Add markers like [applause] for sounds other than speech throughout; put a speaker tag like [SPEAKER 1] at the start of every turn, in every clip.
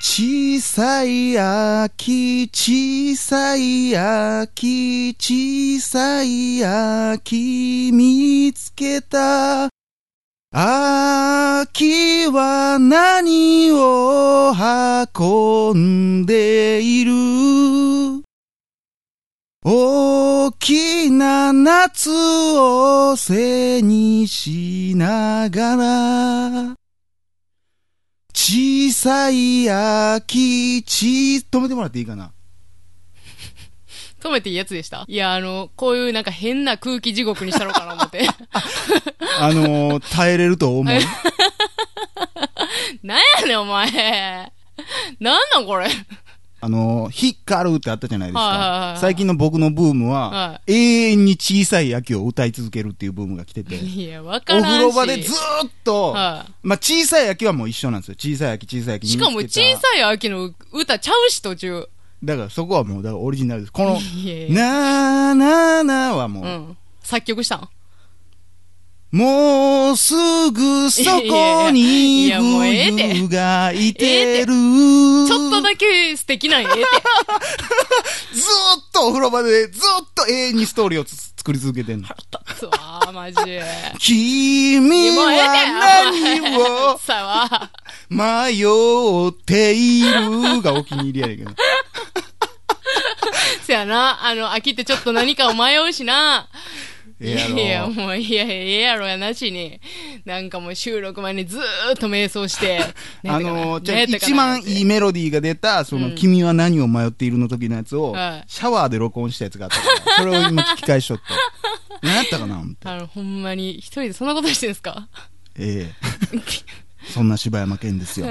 [SPEAKER 1] 小さい秋、小さい秋、小さい秋、見つけた。秋は何を運んでいる大きな夏を背にしながら小さい秋、ち、止めてもらっていいか
[SPEAKER 2] [laughs]
[SPEAKER 1] な
[SPEAKER 2] 止めていいやつでしたいや、あの、こういうなんか変な空気地獄にしたろうかな
[SPEAKER 1] [laughs]
[SPEAKER 2] 思って。
[SPEAKER 1] あのー、耐えれると思う。
[SPEAKER 2] なんやねん、お前。なんなん、これ。
[SPEAKER 1] あのー、光るってあったじゃないです
[SPEAKER 2] はいはいはいは
[SPEAKER 1] か
[SPEAKER 2] い。
[SPEAKER 1] 最近の僕のブームは、
[SPEAKER 2] は
[SPEAKER 1] 永遠に小さい秋を歌い続けるっていうブームが来てて。
[SPEAKER 2] いや、わか
[SPEAKER 1] お
[SPEAKER 2] らんし。
[SPEAKER 1] 風呂場でずーっと、
[SPEAKER 2] はい
[SPEAKER 1] まあ、小さい秋はもう一緒なんですよ。小さい秋、小さい秋。
[SPEAKER 2] しかも
[SPEAKER 1] 見つけ
[SPEAKER 2] 小
[SPEAKER 1] た
[SPEAKER 2] さい秋の歌ちゃうし途中。
[SPEAKER 1] だからそこはもう、だからオリジナルです。この、
[SPEAKER 2] [laughs] いやいや
[SPEAKER 1] なーなーなーはもう、
[SPEAKER 2] うん。作曲したん
[SPEAKER 1] もうすぐそこ
[SPEAKER 2] [laughs] い
[SPEAKER 1] に
[SPEAKER 2] やいやいやもうええで
[SPEAKER 1] 冬がいてる。
[SPEAKER 2] ちょっと
[SPEAKER 1] ずーっ
[SPEAKER 2] だけ素敵なんやええって。
[SPEAKER 1] とお風呂場でずーっと永遠にストーリーをつ作り続けて
[SPEAKER 2] [laughs]
[SPEAKER 1] んの。
[SPEAKER 2] くそー、マジで。
[SPEAKER 1] 君
[SPEAKER 2] いやもうえ
[SPEAKER 1] は
[SPEAKER 2] えで
[SPEAKER 1] 何を
[SPEAKER 2] [laughs] さあ、
[SPEAKER 1] 迷っているがお気に入りやねんけど。
[SPEAKER 2] せやな、あの、秋ってちょっと何かを迷うしな。
[SPEAKER 1] ええやろ
[SPEAKER 2] [laughs] いや、もう、いや、ええやろやなしに。なんかもう収録前にずーっと瞑想して。
[SPEAKER 1] [laughs] あのー、じゃあ一
[SPEAKER 2] 一
[SPEAKER 1] 番いいメロディーが出た、その、君は何を迷っているの時のやつを
[SPEAKER 2] はい、
[SPEAKER 1] シャワーで録音したやつがあったから、それを今聞き返しとって。
[SPEAKER 2] [laughs]
[SPEAKER 1] 何やったかな思って。
[SPEAKER 2] あの、ほんまに、一人でそんなことしてんすか [laughs]
[SPEAKER 1] ええ。そんな柴山健
[SPEAKER 2] [laughs]
[SPEAKER 1] ですよ。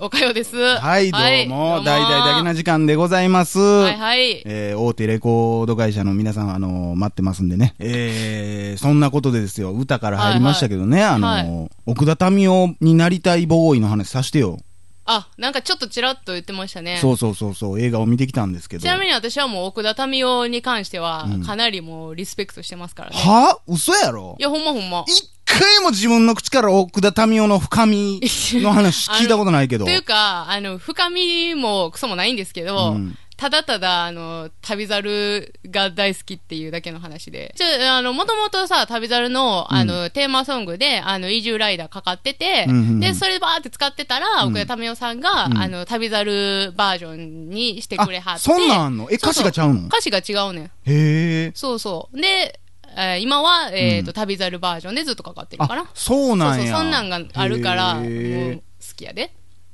[SPEAKER 2] おかよです。
[SPEAKER 1] はい、どうも、大々だけな時間でございます。
[SPEAKER 2] はいはい。
[SPEAKER 1] えー大手レコード会社の皆さん、あのー待ってますんでね。えーそんなことでですよ、歌から入りましたけどね、
[SPEAKER 2] いはい
[SPEAKER 1] あのー奥田民生になりたいボーイの話さしてよ。
[SPEAKER 2] あ、なんかちょっとちらっと言ってましたね。
[SPEAKER 1] そうそうそうそう、映画を見てきたんですけど。
[SPEAKER 2] ちなみに私はもう奥田民生に関しては
[SPEAKER 1] うん、
[SPEAKER 2] かなりもうリスペクトしてますからね。
[SPEAKER 1] はぁ嘘やろ
[SPEAKER 2] いや、ほんまほんま。
[SPEAKER 1] 一回も自分の口から奥田民生の深みの話
[SPEAKER 2] [laughs] あの
[SPEAKER 1] 聞いたことないけど。
[SPEAKER 2] というか、あの、深みもクソもないんですけど、
[SPEAKER 1] うん
[SPEAKER 2] ただただ、あの、旅猿が大好きっていうだけの話で。ちょ、あの、もともとさ、旅猿の、あの、テーマソングで、あの、移住ライダーかかってて、
[SPEAKER 1] うんうんうん
[SPEAKER 2] で、それでバーって使ってたら、
[SPEAKER 1] うん
[SPEAKER 2] 奥田民生さんが、
[SPEAKER 1] うん
[SPEAKER 2] あの、旅猿バージョンにして
[SPEAKER 1] あ
[SPEAKER 2] くれはって。
[SPEAKER 1] そんなんあんのえ、
[SPEAKER 2] そう
[SPEAKER 1] 歌
[SPEAKER 2] そ
[SPEAKER 1] 詞がちゃうの
[SPEAKER 2] 歌詞が違うねん。
[SPEAKER 1] へえ。
[SPEAKER 2] そうそう。で、えー今は、えっ、と、
[SPEAKER 1] う
[SPEAKER 2] 旅猿バージョンでずっとかかってるか
[SPEAKER 1] あ
[SPEAKER 2] な。、
[SPEAKER 1] そう
[SPEAKER 2] そ
[SPEAKER 1] な
[SPEAKER 2] うんそう、
[SPEAKER 1] や。
[SPEAKER 2] そんなんがあるから、もう
[SPEAKER 1] へ
[SPEAKER 2] 好
[SPEAKER 1] え
[SPEAKER 2] きやで。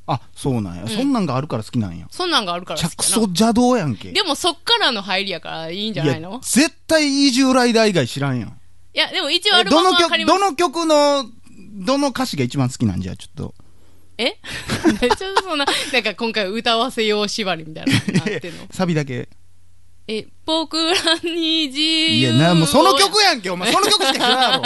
[SPEAKER 1] あ、そうなんや。そんなんがあるから好きなんや。
[SPEAKER 2] そんなんがあるから好き
[SPEAKER 1] 着
[SPEAKER 2] かな
[SPEAKER 1] 想。邪道やんけ。
[SPEAKER 2] でもそっからの入りやからいいんじゃないの
[SPEAKER 1] 絶対移住ライダー以外知らんやん。
[SPEAKER 2] いや、でも一応ア
[SPEAKER 1] え
[SPEAKER 2] ルバ
[SPEAKER 1] ど
[SPEAKER 2] ム
[SPEAKER 1] の
[SPEAKER 2] は借
[SPEAKER 1] 曲、ど
[SPEAKER 2] ります。
[SPEAKER 1] の曲の、どの歌詞が一番好きなんじゃ、ちょっと。。
[SPEAKER 2] え [laughs] ちょっとそんな、なんか今回歌わせよう縛りみたいなのあってんの
[SPEAKER 1] [laughs] サビだけ。
[SPEAKER 2] え、僕らに自由を
[SPEAKER 1] いや、な、もうその曲やんけ、お前。その曲しか知らんやろ、お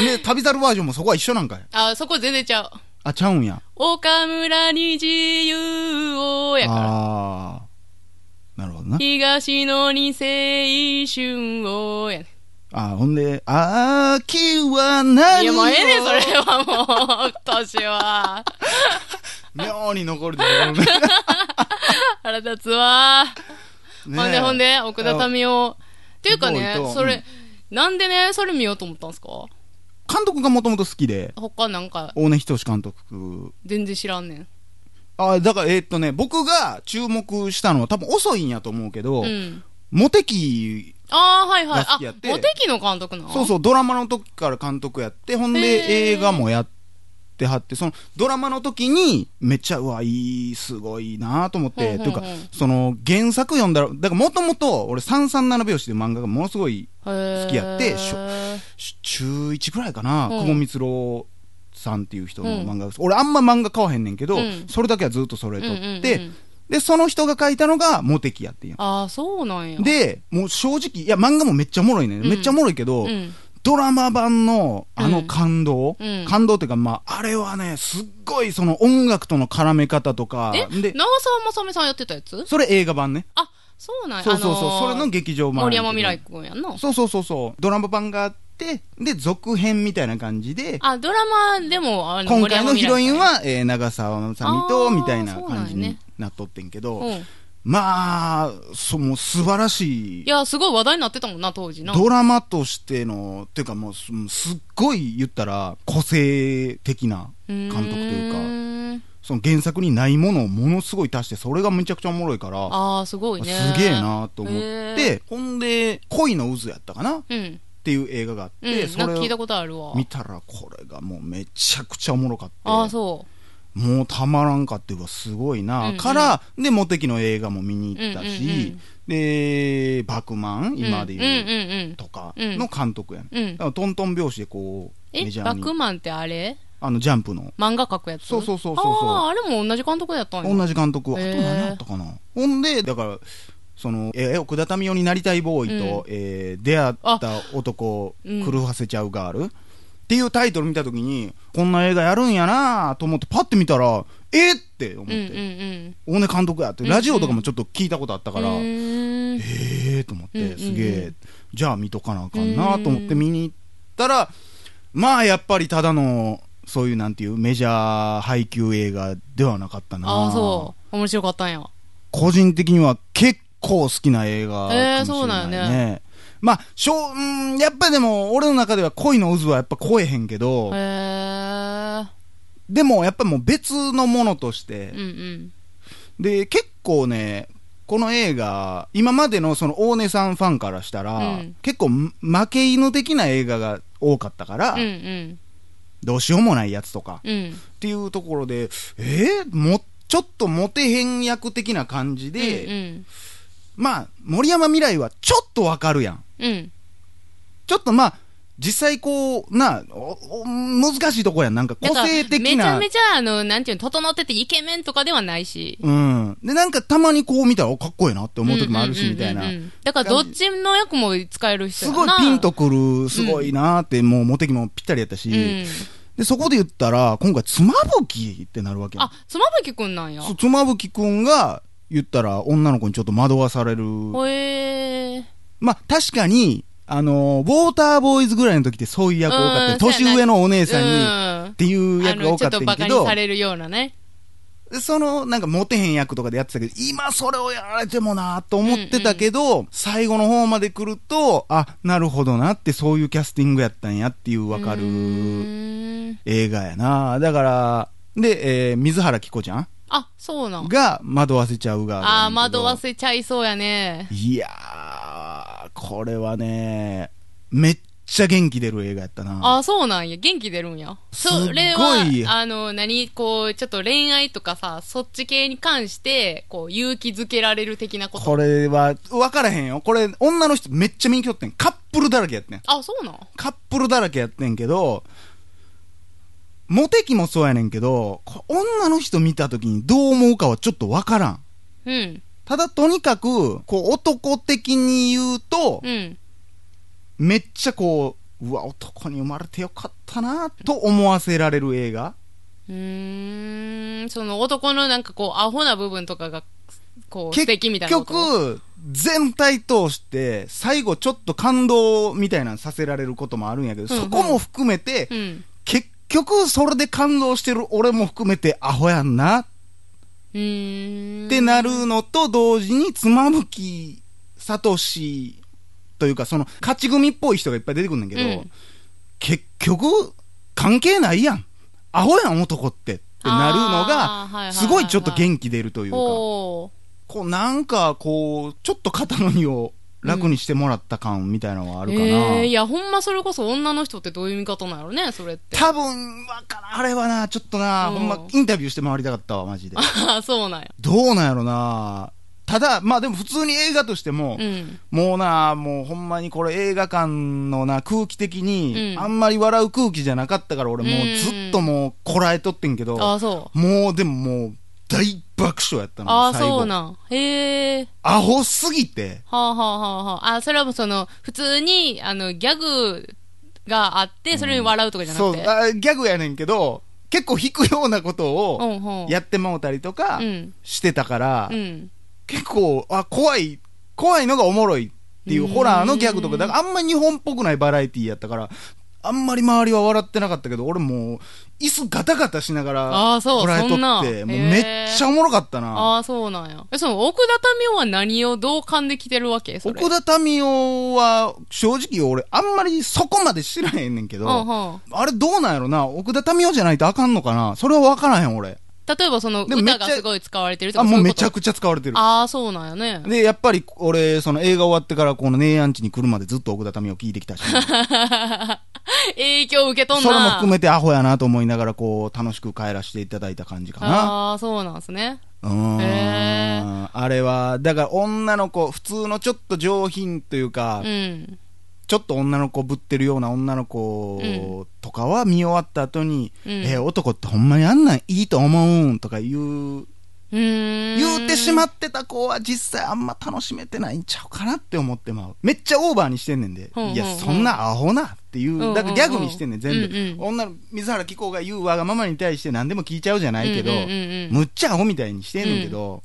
[SPEAKER 1] 前。ね、 [laughs] 旅猿バージョンもそこは一緒なんかい。
[SPEAKER 2] あ、そこ全然ちゃう。
[SPEAKER 1] あ、ちゃうんや。
[SPEAKER 2] 岡村に自由をやから。
[SPEAKER 1] ああ。なるほどな。
[SPEAKER 2] 東野に青春をやね。
[SPEAKER 1] あーほんで、秋は何
[SPEAKER 2] いや、もうええねん、
[SPEAKER 1] を
[SPEAKER 2] それはもう、私は。
[SPEAKER 1] 妙に残るでし
[SPEAKER 2] [laughs]
[SPEAKER 1] ょ
[SPEAKER 2] 腹立つわ。
[SPEAKER 1] ねえ
[SPEAKER 2] ほんでほんで、奥田民生。っていうかね
[SPEAKER 1] すごいと、
[SPEAKER 2] それ、
[SPEAKER 1] うん
[SPEAKER 2] なんでね、それ見ようと思ったんですか
[SPEAKER 1] 監督がもともと好きで、
[SPEAKER 2] 他なんか、
[SPEAKER 1] 大根仁志監督。
[SPEAKER 2] 全然知らんねん。
[SPEAKER 1] あーだから、えーっとね、僕が注目したのは多分遅いんやと思うけど、
[SPEAKER 2] うん。
[SPEAKER 1] モテキ、
[SPEAKER 2] ああ、はいは
[SPEAKER 1] が
[SPEAKER 2] い。
[SPEAKER 1] 好
[SPEAKER 2] あ
[SPEAKER 1] きやっ、て
[SPEAKER 2] モテキの監督なの
[SPEAKER 1] そうそう、ドラマの時から監督やって、ほんで
[SPEAKER 2] へ
[SPEAKER 1] 映
[SPEAKER 2] ー
[SPEAKER 1] 画もやってはって、そのドラマの時に、めっちゃ、うわ、いい、すごいなと思って、
[SPEAKER 2] ほ
[SPEAKER 1] と
[SPEAKER 2] ん
[SPEAKER 1] い
[SPEAKER 2] ほ
[SPEAKER 1] うん
[SPEAKER 2] ほ
[SPEAKER 1] か
[SPEAKER 2] ん、
[SPEAKER 1] その原作読んだら、だからもともと、俺、三三七拍子で漫画がものすごい、
[SPEAKER 2] 好
[SPEAKER 1] 好きやってしょし中1くらいかな、
[SPEAKER 2] うん
[SPEAKER 1] 久保光郎さんっていう人の漫画、俺あんま漫画買わへんねんけど、
[SPEAKER 2] うん
[SPEAKER 1] それだけはずっと揃えとって、
[SPEAKER 2] うんうんうん
[SPEAKER 1] で、その人が書いたのがモテキやっていう。
[SPEAKER 2] ああ、そうなんや。、
[SPEAKER 1] で、もう正直、いや、漫画もめっちゃおもろいね。
[SPEAKER 2] ん
[SPEAKER 1] めっちゃおもろいけど、
[SPEAKER 2] うん。
[SPEAKER 1] ドラマ版のあの感動、
[SPEAKER 2] うん
[SPEAKER 1] 感動っていうか、まあ、あれはね、すっごいその音楽との絡め方とか、
[SPEAKER 2] え
[SPEAKER 1] で、
[SPEAKER 2] 長澤まさみさんやってたやつ
[SPEAKER 1] それ映画版ね。
[SPEAKER 2] あ、そうなんや。
[SPEAKER 1] そうそうそう、
[SPEAKER 2] あのー
[SPEAKER 1] それの劇場版や
[SPEAKER 2] 森
[SPEAKER 1] けど。
[SPEAKER 2] 山未来くんやんな。
[SPEAKER 1] そうそうそうそう、ドラマ版があっって、で、続編みたいな感じで、
[SPEAKER 2] あ、ドラマでも、あの、
[SPEAKER 1] 今回のヒロイン
[SPEAKER 2] 森山未來
[SPEAKER 1] は、えー長澤まさみと、
[SPEAKER 2] あー
[SPEAKER 1] みたいな感
[SPEAKER 2] そ
[SPEAKER 1] じ
[SPEAKER 2] うなんや
[SPEAKER 1] に
[SPEAKER 2] ね
[SPEAKER 1] なっとってんけど、
[SPEAKER 2] さんや、うん
[SPEAKER 1] まあ、そもう素晴らしい
[SPEAKER 2] いや、すごい話題になってたもんな、当時な。
[SPEAKER 1] ドラマとしての、っていうかもうす、すっごい言ったら、個性的な監督というか、
[SPEAKER 2] いうか。
[SPEAKER 1] その原作にないものをものすごい足して、それがめちゃくちゃおもろいから、
[SPEAKER 2] ああ、すごいね。
[SPEAKER 1] すげえなと思っ
[SPEAKER 2] へ
[SPEAKER 1] て、ほんで、恋の渦やったかなっ
[SPEAKER 2] うん。
[SPEAKER 1] ていう映画があっ
[SPEAKER 2] う
[SPEAKER 1] て、
[SPEAKER 2] ん。
[SPEAKER 1] そ
[SPEAKER 2] なん
[SPEAKER 1] れ
[SPEAKER 2] か聞いた
[SPEAKER 1] を
[SPEAKER 2] ことあるわ。
[SPEAKER 1] 見たら、これがもうめちゃくちゃおもろかっ
[SPEAKER 2] ああ、
[SPEAKER 1] て、
[SPEAKER 2] そ
[SPEAKER 1] もうたまらんかっていうか、すごいな、
[SPEAKER 2] うんうん
[SPEAKER 1] から、で、モテキの映画も見に行った
[SPEAKER 2] うんうんう
[SPEAKER 1] し
[SPEAKER 2] ん、
[SPEAKER 1] で、バクマン、
[SPEAKER 2] う。
[SPEAKER 1] 今で
[SPEAKER 2] うん
[SPEAKER 1] 言う
[SPEAKER 2] うん
[SPEAKER 1] とか
[SPEAKER 2] うん
[SPEAKER 1] の監督やね。
[SPEAKER 2] うん。うん
[SPEAKER 1] だからトントン拍子でこう、
[SPEAKER 2] え
[SPEAKER 1] メ、ジャー
[SPEAKER 2] バ
[SPEAKER 1] に
[SPEAKER 2] ックマンってあれ
[SPEAKER 1] あの、ジャンプの。
[SPEAKER 2] 漫画描くやつ
[SPEAKER 1] そうそうそうそうそう
[SPEAKER 2] ああ、あれも同じ監督やったんや。
[SPEAKER 1] 同じ監督。あと
[SPEAKER 2] へー
[SPEAKER 1] 何やったかな。ほんで、だから、その、え、奥田民生になりたいボーイと、えー出会った男、
[SPEAKER 2] うん
[SPEAKER 1] 狂わせちゃうガール、っていうタイトル見たときに、こんな映画やるんやなと思って、パッて見たら、えーって思っ
[SPEAKER 2] うんうん
[SPEAKER 1] て、
[SPEAKER 2] う
[SPEAKER 1] 大
[SPEAKER 2] ん。
[SPEAKER 1] 根監督やって、
[SPEAKER 2] うんうん
[SPEAKER 1] ラジオとかもちょっと聞いたことあったから、
[SPEAKER 2] うーん
[SPEAKER 1] えーと思っ
[SPEAKER 2] うんうんう
[SPEAKER 1] て、
[SPEAKER 2] ん
[SPEAKER 1] すげえ、じゃあ見とかなあかんなと思って見に行ったら、まあやっぱりただの、そういうなんていうメジャー配給映画ではなかったな
[SPEAKER 2] ああ、そう。面白かったんや。
[SPEAKER 1] 個人的には結構好きな映画かもしれない、ね。
[SPEAKER 2] えーそうなんや
[SPEAKER 1] まあ、しょう、うん、やっぱでも、俺の中では恋の渦はやっぱ超えへんけど、
[SPEAKER 2] へ
[SPEAKER 1] でもやっぱもう別のものとし
[SPEAKER 2] え。
[SPEAKER 1] て
[SPEAKER 2] うん、うん。
[SPEAKER 1] で、結構ね、この映画、今までのその大根さんファンからしたら、
[SPEAKER 2] うん
[SPEAKER 1] 結構負け犬的な映画が多かったから、
[SPEAKER 2] うんうん。
[SPEAKER 1] どうしようもないやつとか、
[SPEAKER 2] うん。
[SPEAKER 1] っていうところで、えー、も、ちょっとモテへん役的な感じで、
[SPEAKER 2] うん
[SPEAKER 1] まあ、森山未来はちょっとわかるやん。
[SPEAKER 2] うん。うん。
[SPEAKER 1] ちょっとまあ、実際こう、な、おお難しいとこやん。なんか
[SPEAKER 2] だ
[SPEAKER 1] 個
[SPEAKER 2] から
[SPEAKER 1] 性的
[SPEAKER 2] めちゃ
[SPEAKER 1] な
[SPEAKER 2] め。ちゃ、あの、なんていうの、整っててイケメンとかではないし。
[SPEAKER 1] うん。で、なんかたまにこう見たら、おかっこいいなって思う時もあるし、みたいな
[SPEAKER 2] うんうん。うんうんだから、どっちの役も使える人
[SPEAKER 1] す
[SPEAKER 2] や
[SPEAKER 1] ごい
[SPEAKER 2] な
[SPEAKER 1] ピンとくる、すごいなーって、もうモテキもぴったりやったし、
[SPEAKER 2] うん。
[SPEAKER 1] で、そこで言ったら、今回、妻夫木ってなるわけやん
[SPEAKER 2] あ、妻夫木くんなんや。
[SPEAKER 1] そう妻夫木くんが、言ったら、女の子にちょっと惑わされる。
[SPEAKER 2] ほえー。
[SPEAKER 1] まあ、確かに、あのーウォーターボーイズぐらいの時ってそういう役多かった。
[SPEAKER 2] うん
[SPEAKER 1] 年上のお姉さんに、
[SPEAKER 2] に
[SPEAKER 1] っ、ていう
[SPEAKER 2] あ
[SPEAKER 1] 役が
[SPEAKER 2] の
[SPEAKER 1] 多
[SPEAKER 2] ち
[SPEAKER 1] か
[SPEAKER 2] ょ
[SPEAKER 1] っ
[SPEAKER 2] ったと
[SPEAKER 1] ん
[SPEAKER 2] バ
[SPEAKER 1] や
[SPEAKER 2] カ
[SPEAKER 1] け
[SPEAKER 2] に
[SPEAKER 1] ど
[SPEAKER 2] さ、れるようなね。
[SPEAKER 1] その、なんか、モテへん役とかでやってたけど、今それをやられてもなと思ってたけど、最後の方まで来ると、あ、なるほどなって、そういうキャスティングやったんやっていうわか
[SPEAKER 2] う
[SPEAKER 1] る
[SPEAKER 2] ーん
[SPEAKER 1] 映画やなだから、で、えー水原希子ちゃん
[SPEAKER 2] あ、そうなん。
[SPEAKER 1] が惑わせちゃうが。
[SPEAKER 2] あー、惑わ。せちゃいそうやね。
[SPEAKER 1] いやー、これはね、めっちゃ元気出る映画やったな
[SPEAKER 2] あ、そうなんや。元気出るんや。
[SPEAKER 1] すっ
[SPEAKER 2] そ
[SPEAKER 1] ごい
[SPEAKER 2] れは、あの、何、こう、ちょっと恋愛とかさ、そっち系に関して、こう、勇気づけられる的なこと。
[SPEAKER 1] これは、分からへんよ。これ、女の人めっちゃ人気おってん。カップルだらけやってん。
[SPEAKER 2] あ、そうなん
[SPEAKER 1] カップルだらけやってんけど、モテ期もそうやねんけど、こ女の人見た時にどう思うかはちょっとわからん。
[SPEAKER 2] うん。
[SPEAKER 1] ただとにかく、こう男的に言うと
[SPEAKER 2] う、ん。
[SPEAKER 1] めっちゃこう、うわ、男に生まれてよかったなと思わせられる映画。
[SPEAKER 2] うーん。その男のなんかこう、アホな部分とかが、こう、素
[SPEAKER 1] 結
[SPEAKER 2] 敵みたいなこと。
[SPEAKER 1] 局、全体通して、最後ちょっと感動みたいなのさせられることもあるんやけど、
[SPEAKER 2] うんう
[SPEAKER 1] そ
[SPEAKER 2] ん
[SPEAKER 1] こも含めて、
[SPEAKER 2] うん。
[SPEAKER 1] 結局それで感動してる俺も含めてアホやんなっ
[SPEAKER 2] うーん。
[SPEAKER 1] てなるのと同時に妻夫木聡というかその勝ち組っぽい人がいっぱい出てくるんだけど、
[SPEAKER 2] うん
[SPEAKER 1] 結局関係ないやんアホやん男ってってなるの
[SPEAKER 2] あーはいはいはいは
[SPEAKER 1] が
[SPEAKER 2] い
[SPEAKER 1] すごいちょっと元気出るというか
[SPEAKER 2] おー。
[SPEAKER 1] こうなんかこうちょっと肩の荷を楽にしてもらった感みたいなのはあるかな、
[SPEAKER 2] えーいや、ほんまそれこそ女の人ってどういう見方なんやろね、それって。
[SPEAKER 1] 多分わからんあれはなちょっとな、
[SPEAKER 2] うん
[SPEAKER 1] ほんまインタビューして回りたかったわマジで
[SPEAKER 2] ああ、 [laughs] そうなんや。
[SPEAKER 1] どうなんやろなただ、まあでも普通に映画としても、
[SPEAKER 2] うん。
[SPEAKER 1] もうな、もうほんまにこれ映画館のな、空気的に、
[SPEAKER 2] うん
[SPEAKER 1] あんまり笑う空気じゃなかったから俺もう
[SPEAKER 2] うん
[SPEAKER 1] ずっともうこらえとってんけど、
[SPEAKER 2] ああ、そう。
[SPEAKER 1] もうでももう大爆笑やったの、
[SPEAKER 2] ああ、
[SPEAKER 1] 最後
[SPEAKER 2] そうなん。へえ。
[SPEAKER 1] アホすぎて、
[SPEAKER 2] はあはあはあはあ。あ、それはもうその、普通に、あの、ギャグがあって、それに笑うとかじゃな
[SPEAKER 1] そ
[SPEAKER 2] く
[SPEAKER 1] う
[SPEAKER 2] て。
[SPEAKER 1] あ、ギャグやねんけど、結構引くようなことを
[SPEAKER 2] んうん。
[SPEAKER 1] やってもうたりとか
[SPEAKER 2] うん。
[SPEAKER 1] してたから、
[SPEAKER 2] うん。
[SPEAKER 1] 結構、あ、怖い、怖いのがおもろいっっていうホラーのギャグとか、だからあんまり日本っぽくないバラエティーやったから、あんまり周りは笑ってなかったけど、俺もう、椅子ガタガタしなが
[SPEAKER 2] あ
[SPEAKER 1] ら、
[SPEAKER 2] ーそう
[SPEAKER 1] 捉えと
[SPEAKER 2] そんな
[SPEAKER 1] って、もう
[SPEAKER 2] へー
[SPEAKER 1] めっちゃおもろかったな。
[SPEAKER 2] ああ、そうなんや。え、その、奥畳は何をどう噛んできてるわけそれ。
[SPEAKER 1] 奥田民生は、正直俺、あんまりそこまで知らへんねんけど、
[SPEAKER 2] うんうん
[SPEAKER 1] あれどうなんやろな奥田民生じゃないとあかんのかなそれは分からへん、俺。
[SPEAKER 2] 例えばその、
[SPEAKER 1] でもめっ
[SPEAKER 2] 歌
[SPEAKER 1] ちゃ
[SPEAKER 2] がすごい使われてると
[SPEAKER 1] あ、
[SPEAKER 2] か
[SPEAKER 1] もうめちゃ
[SPEAKER 2] ち
[SPEAKER 1] くちゃ使われてる。
[SPEAKER 2] ああ、そうなんやね。
[SPEAKER 1] で、やっぱり、俺、その映画終わってから、このネイアンチに来るまでずっと奥田民生聞いてき
[SPEAKER 2] [laughs]
[SPEAKER 1] たし、
[SPEAKER 2] 影響受けとんな。
[SPEAKER 1] それも含めてアホやなと思いながら、こう、楽しく帰らせていただいた感じかな。
[SPEAKER 2] ああ、そうなんすね。
[SPEAKER 1] うーん
[SPEAKER 2] へ
[SPEAKER 1] あれは、だから女の子、普通のちょっと上品というか、
[SPEAKER 2] うん。
[SPEAKER 1] ちょっと女の子ぶってるような女の子とかは見終わった後に、
[SPEAKER 2] うん
[SPEAKER 1] えー男ってほんまにあんなんいいと思うんとか言う、
[SPEAKER 2] うーん。
[SPEAKER 1] 言うてしま
[SPEAKER 2] っ
[SPEAKER 1] ってた子は実際あんま楽しめてないんちゃうかなって思ってまう。めっちゃオーバーにしてんねんで。
[SPEAKER 2] うんうんうん
[SPEAKER 1] いや、そんなアホなっていう、
[SPEAKER 2] んうんうん
[SPEAKER 1] だからギャグにしてんねん、全部。
[SPEAKER 2] うんうん
[SPEAKER 1] 女の、水原希子が言うわがままに対して何でも聞いちゃうじゃないけど、
[SPEAKER 2] うんうんうんうん
[SPEAKER 1] むっちゃアホみたいにしてんねんけど、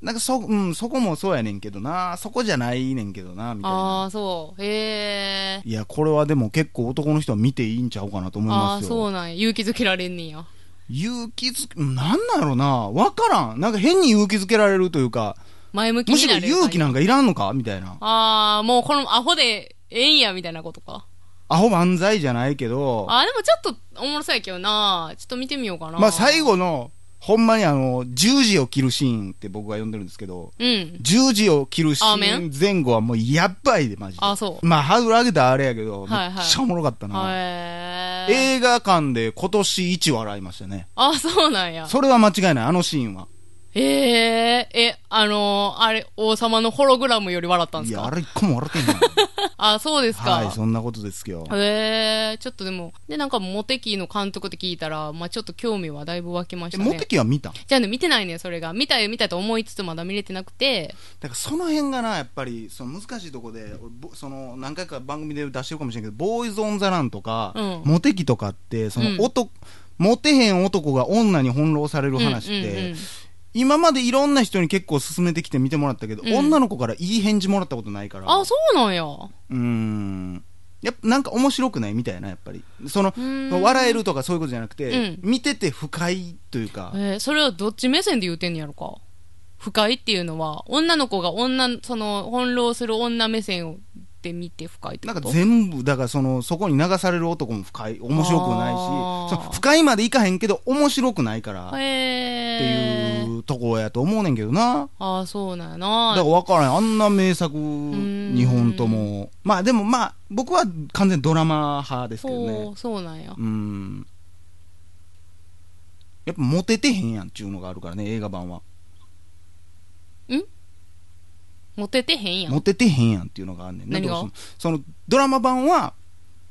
[SPEAKER 1] なんかそ、うん、そこもそうやねんけどな、そこじゃないねんけどな、みたい
[SPEAKER 2] あ
[SPEAKER 1] な。
[SPEAKER 2] あ、そう。へえ。
[SPEAKER 1] いや、これはでも結構男の人は見ていいんちゃうかなと思い
[SPEAKER 2] あ
[SPEAKER 1] ま
[SPEAKER 2] あ、
[SPEAKER 1] す
[SPEAKER 2] そ
[SPEAKER 1] よ。
[SPEAKER 2] うなんや。勇気づけられんねんや。
[SPEAKER 1] 勇気づけ、なんなんやろな、わからん。なんか変に勇気づけられるというか、
[SPEAKER 2] 前向き
[SPEAKER 1] むし
[SPEAKER 2] に
[SPEAKER 1] ろ
[SPEAKER 2] なれる。
[SPEAKER 1] 勇気
[SPEAKER 2] な。
[SPEAKER 1] なんかいらんのかみたいな。
[SPEAKER 2] ああ、もうこのアホでええんや、みたいなことか。
[SPEAKER 1] アホ万歳じゃないけど、
[SPEAKER 2] ああ、でもちょっとおもろそうやけどな。ちょっと見てみようかな。
[SPEAKER 1] まあ最。後の、ほんまにあの、十字を切るシーンって僕が呼んでるんですけど、
[SPEAKER 2] うん。
[SPEAKER 1] 十字を切るシ
[SPEAKER 2] アーメン
[SPEAKER 1] ーン前後はもうやばいで、マジで。
[SPEAKER 2] あそう。
[SPEAKER 1] まあハードル上げたらあれやけど、
[SPEAKER 2] はいはい
[SPEAKER 1] めっちゃおもろかったな。
[SPEAKER 2] へえ。
[SPEAKER 1] 映画館で今年一笑いましたね。
[SPEAKER 2] あ、そうなんや。
[SPEAKER 1] それは間違いない、あのシーンは。
[SPEAKER 2] えええ、あのーあれ、王様のホログラムより笑ったんで
[SPEAKER 1] い
[SPEAKER 2] す
[SPEAKER 1] や、
[SPEAKER 2] か
[SPEAKER 1] あれ一個も笑って
[SPEAKER 2] [laughs]
[SPEAKER 1] んの。
[SPEAKER 2] あ、そうですか。
[SPEAKER 1] はい、そんなことですよ。
[SPEAKER 2] へえちょっとでも、で、なんか、モテキの監督って聞いたら、まあちょっと興味はだいぶ湧きまし
[SPEAKER 1] え、
[SPEAKER 2] た
[SPEAKER 1] モ
[SPEAKER 2] ね
[SPEAKER 1] テ。キは見た
[SPEAKER 2] じゃあね、見てないね、それが。見たよ、見たと思いつつまだ見れてなくて。
[SPEAKER 1] だからその辺がな、やっぱり、その難しいとこで、俺ぼその何回か番組で出してるかもしれんけど、ボーイズ・オン・ザ・ランとか、
[SPEAKER 2] うん
[SPEAKER 1] モテキとかって、そ
[SPEAKER 2] うん
[SPEAKER 1] の男、モテへん男が女に翻弄される話って、
[SPEAKER 2] うんうんうん
[SPEAKER 1] 今までいろんな人に結構勧めてきて見てもらったけど、
[SPEAKER 2] うん
[SPEAKER 1] 女の子からいい返事もらったことないから、
[SPEAKER 2] あ、そうなんや。
[SPEAKER 1] うーん。やっぱなんか面白くないみたいな、やっぱり。その、
[SPEAKER 2] ーん
[SPEAKER 1] 笑えるとかそういうことじゃなくて、
[SPEAKER 2] う
[SPEAKER 1] 見てて不快というか、
[SPEAKER 2] えーそれはどっち目線で言うてんねやろか。不快っていうのは、女の子が女、その、翻弄する女目線で見て不快って
[SPEAKER 1] な
[SPEAKER 2] こ
[SPEAKER 1] ん
[SPEAKER 2] と
[SPEAKER 1] か全部、だからその、そこに流される男も不快、面白くないし
[SPEAKER 2] あー、
[SPEAKER 1] その不快までいかへんけど、面白くないから、って
[SPEAKER 2] へえ
[SPEAKER 1] いうとこやと思うねんけどな。
[SPEAKER 2] ああ、そうな
[SPEAKER 1] だ
[SPEAKER 2] んや
[SPEAKER 1] から
[SPEAKER 2] な。
[SPEAKER 1] 分からん。あんな名作、
[SPEAKER 2] ん
[SPEAKER 1] 日本とも。まあでもまあ、僕は完全にドラマ派ですけど
[SPEAKER 2] ほ
[SPEAKER 1] ね。
[SPEAKER 2] う、そうなんや
[SPEAKER 1] う。ん。やっぱモテてへんやんっちゅうのがあるからね、映画版は。
[SPEAKER 2] モテてへんやん。
[SPEAKER 1] モテてへんやんっていうのがあんねんね
[SPEAKER 2] 何が
[SPEAKER 1] どうしてもそのドラマ版は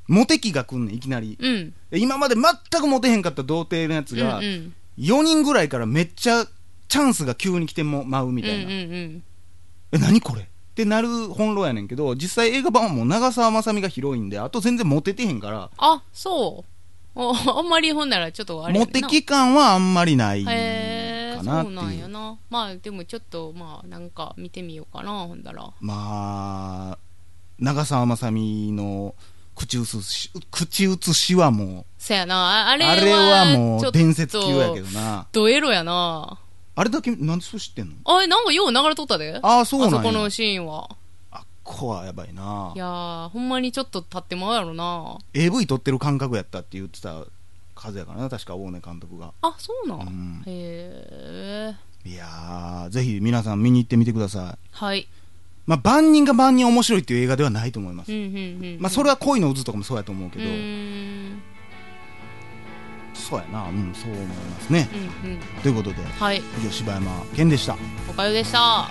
[SPEAKER 1] モテ期が来んねんいきなり
[SPEAKER 2] うん。
[SPEAKER 1] 今まで全くモテへんかった童貞のやつが、
[SPEAKER 2] うんうん
[SPEAKER 1] 4人ぐらいからめっちゃチャンスが急に来てもまうみたいな、
[SPEAKER 2] うんうんうん。
[SPEAKER 1] え何これってなる翻弄やねんけど実際映画版はもう長澤まさみが広いんであと全然モテてへんから
[SPEAKER 2] あ、そう。おあんまりほんならちょっとあれ
[SPEAKER 1] モ
[SPEAKER 2] やねん
[SPEAKER 1] テ
[SPEAKER 2] な
[SPEAKER 1] 期間はあんまりないか
[SPEAKER 2] へえ
[SPEAKER 1] なっ
[SPEAKER 2] そ
[SPEAKER 1] て
[SPEAKER 2] うなん
[SPEAKER 1] い
[SPEAKER 2] や
[SPEAKER 1] う
[SPEAKER 2] な。まあでもちょっと、まあなんか見てみようかな、ほんだら。
[SPEAKER 1] まあ長澤まさみの口移し口移しはもう
[SPEAKER 2] そやな。ああれは
[SPEAKER 1] あれはも
[SPEAKER 2] ち
[SPEAKER 1] う
[SPEAKER 2] ょっと
[SPEAKER 1] 伝説級やけどな。
[SPEAKER 2] ドエロやな。
[SPEAKER 1] あれだけ、なんでそう知ってんの
[SPEAKER 2] あれ、なんかよう流れとったで。
[SPEAKER 1] ああ、そう
[SPEAKER 2] あそ
[SPEAKER 1] な
[SPEAKER 2] こ
[SPEAKER 1] ん
[SPEAKER 2] の
[SPEAKER 1] や。
[SPEAKER 2] シーンは。。
[SPEAKER 1] あっこはやばいない
[SPEAKER 2] やー、ほんまにちょっと立ってまうやろな。
[SPEAKER 1] AV 撮ってる感覚やったって言ってた数やからな、確か大根監督が。
[SPEAKER 2] あ、そうなん。
[SPEAKER 1] うん
[SPEAKER 2] へえ。
[SPEAKER 1] いやー、ぜひ皆さん見に行ってみてください。
[SPEAKER 2] はい。
[SPEAKER 1] まあ、万人が万人面白いっていう映画ではないと思いま
[SPEAKER 2] う
[SPEAKER 1] す。
[SPEAKER 2] んうんうん。
[SPEAKER 1] まあ、それは恋の渦とかもそうやと思うけ
[SPEAKER 2] う
[SPEAKER 1] ど、
[SPEAKER 2] ーん
[SPEAKER 1] そうやな、うん、そう思いますね。
[SPEAKER 2] うんうん
[SPEAKER 1] ということで、
[SPEAKER 2] はい
[SPEAKER 1] 以上、柴山健でした。
[SPEAKER 2] おかゆでした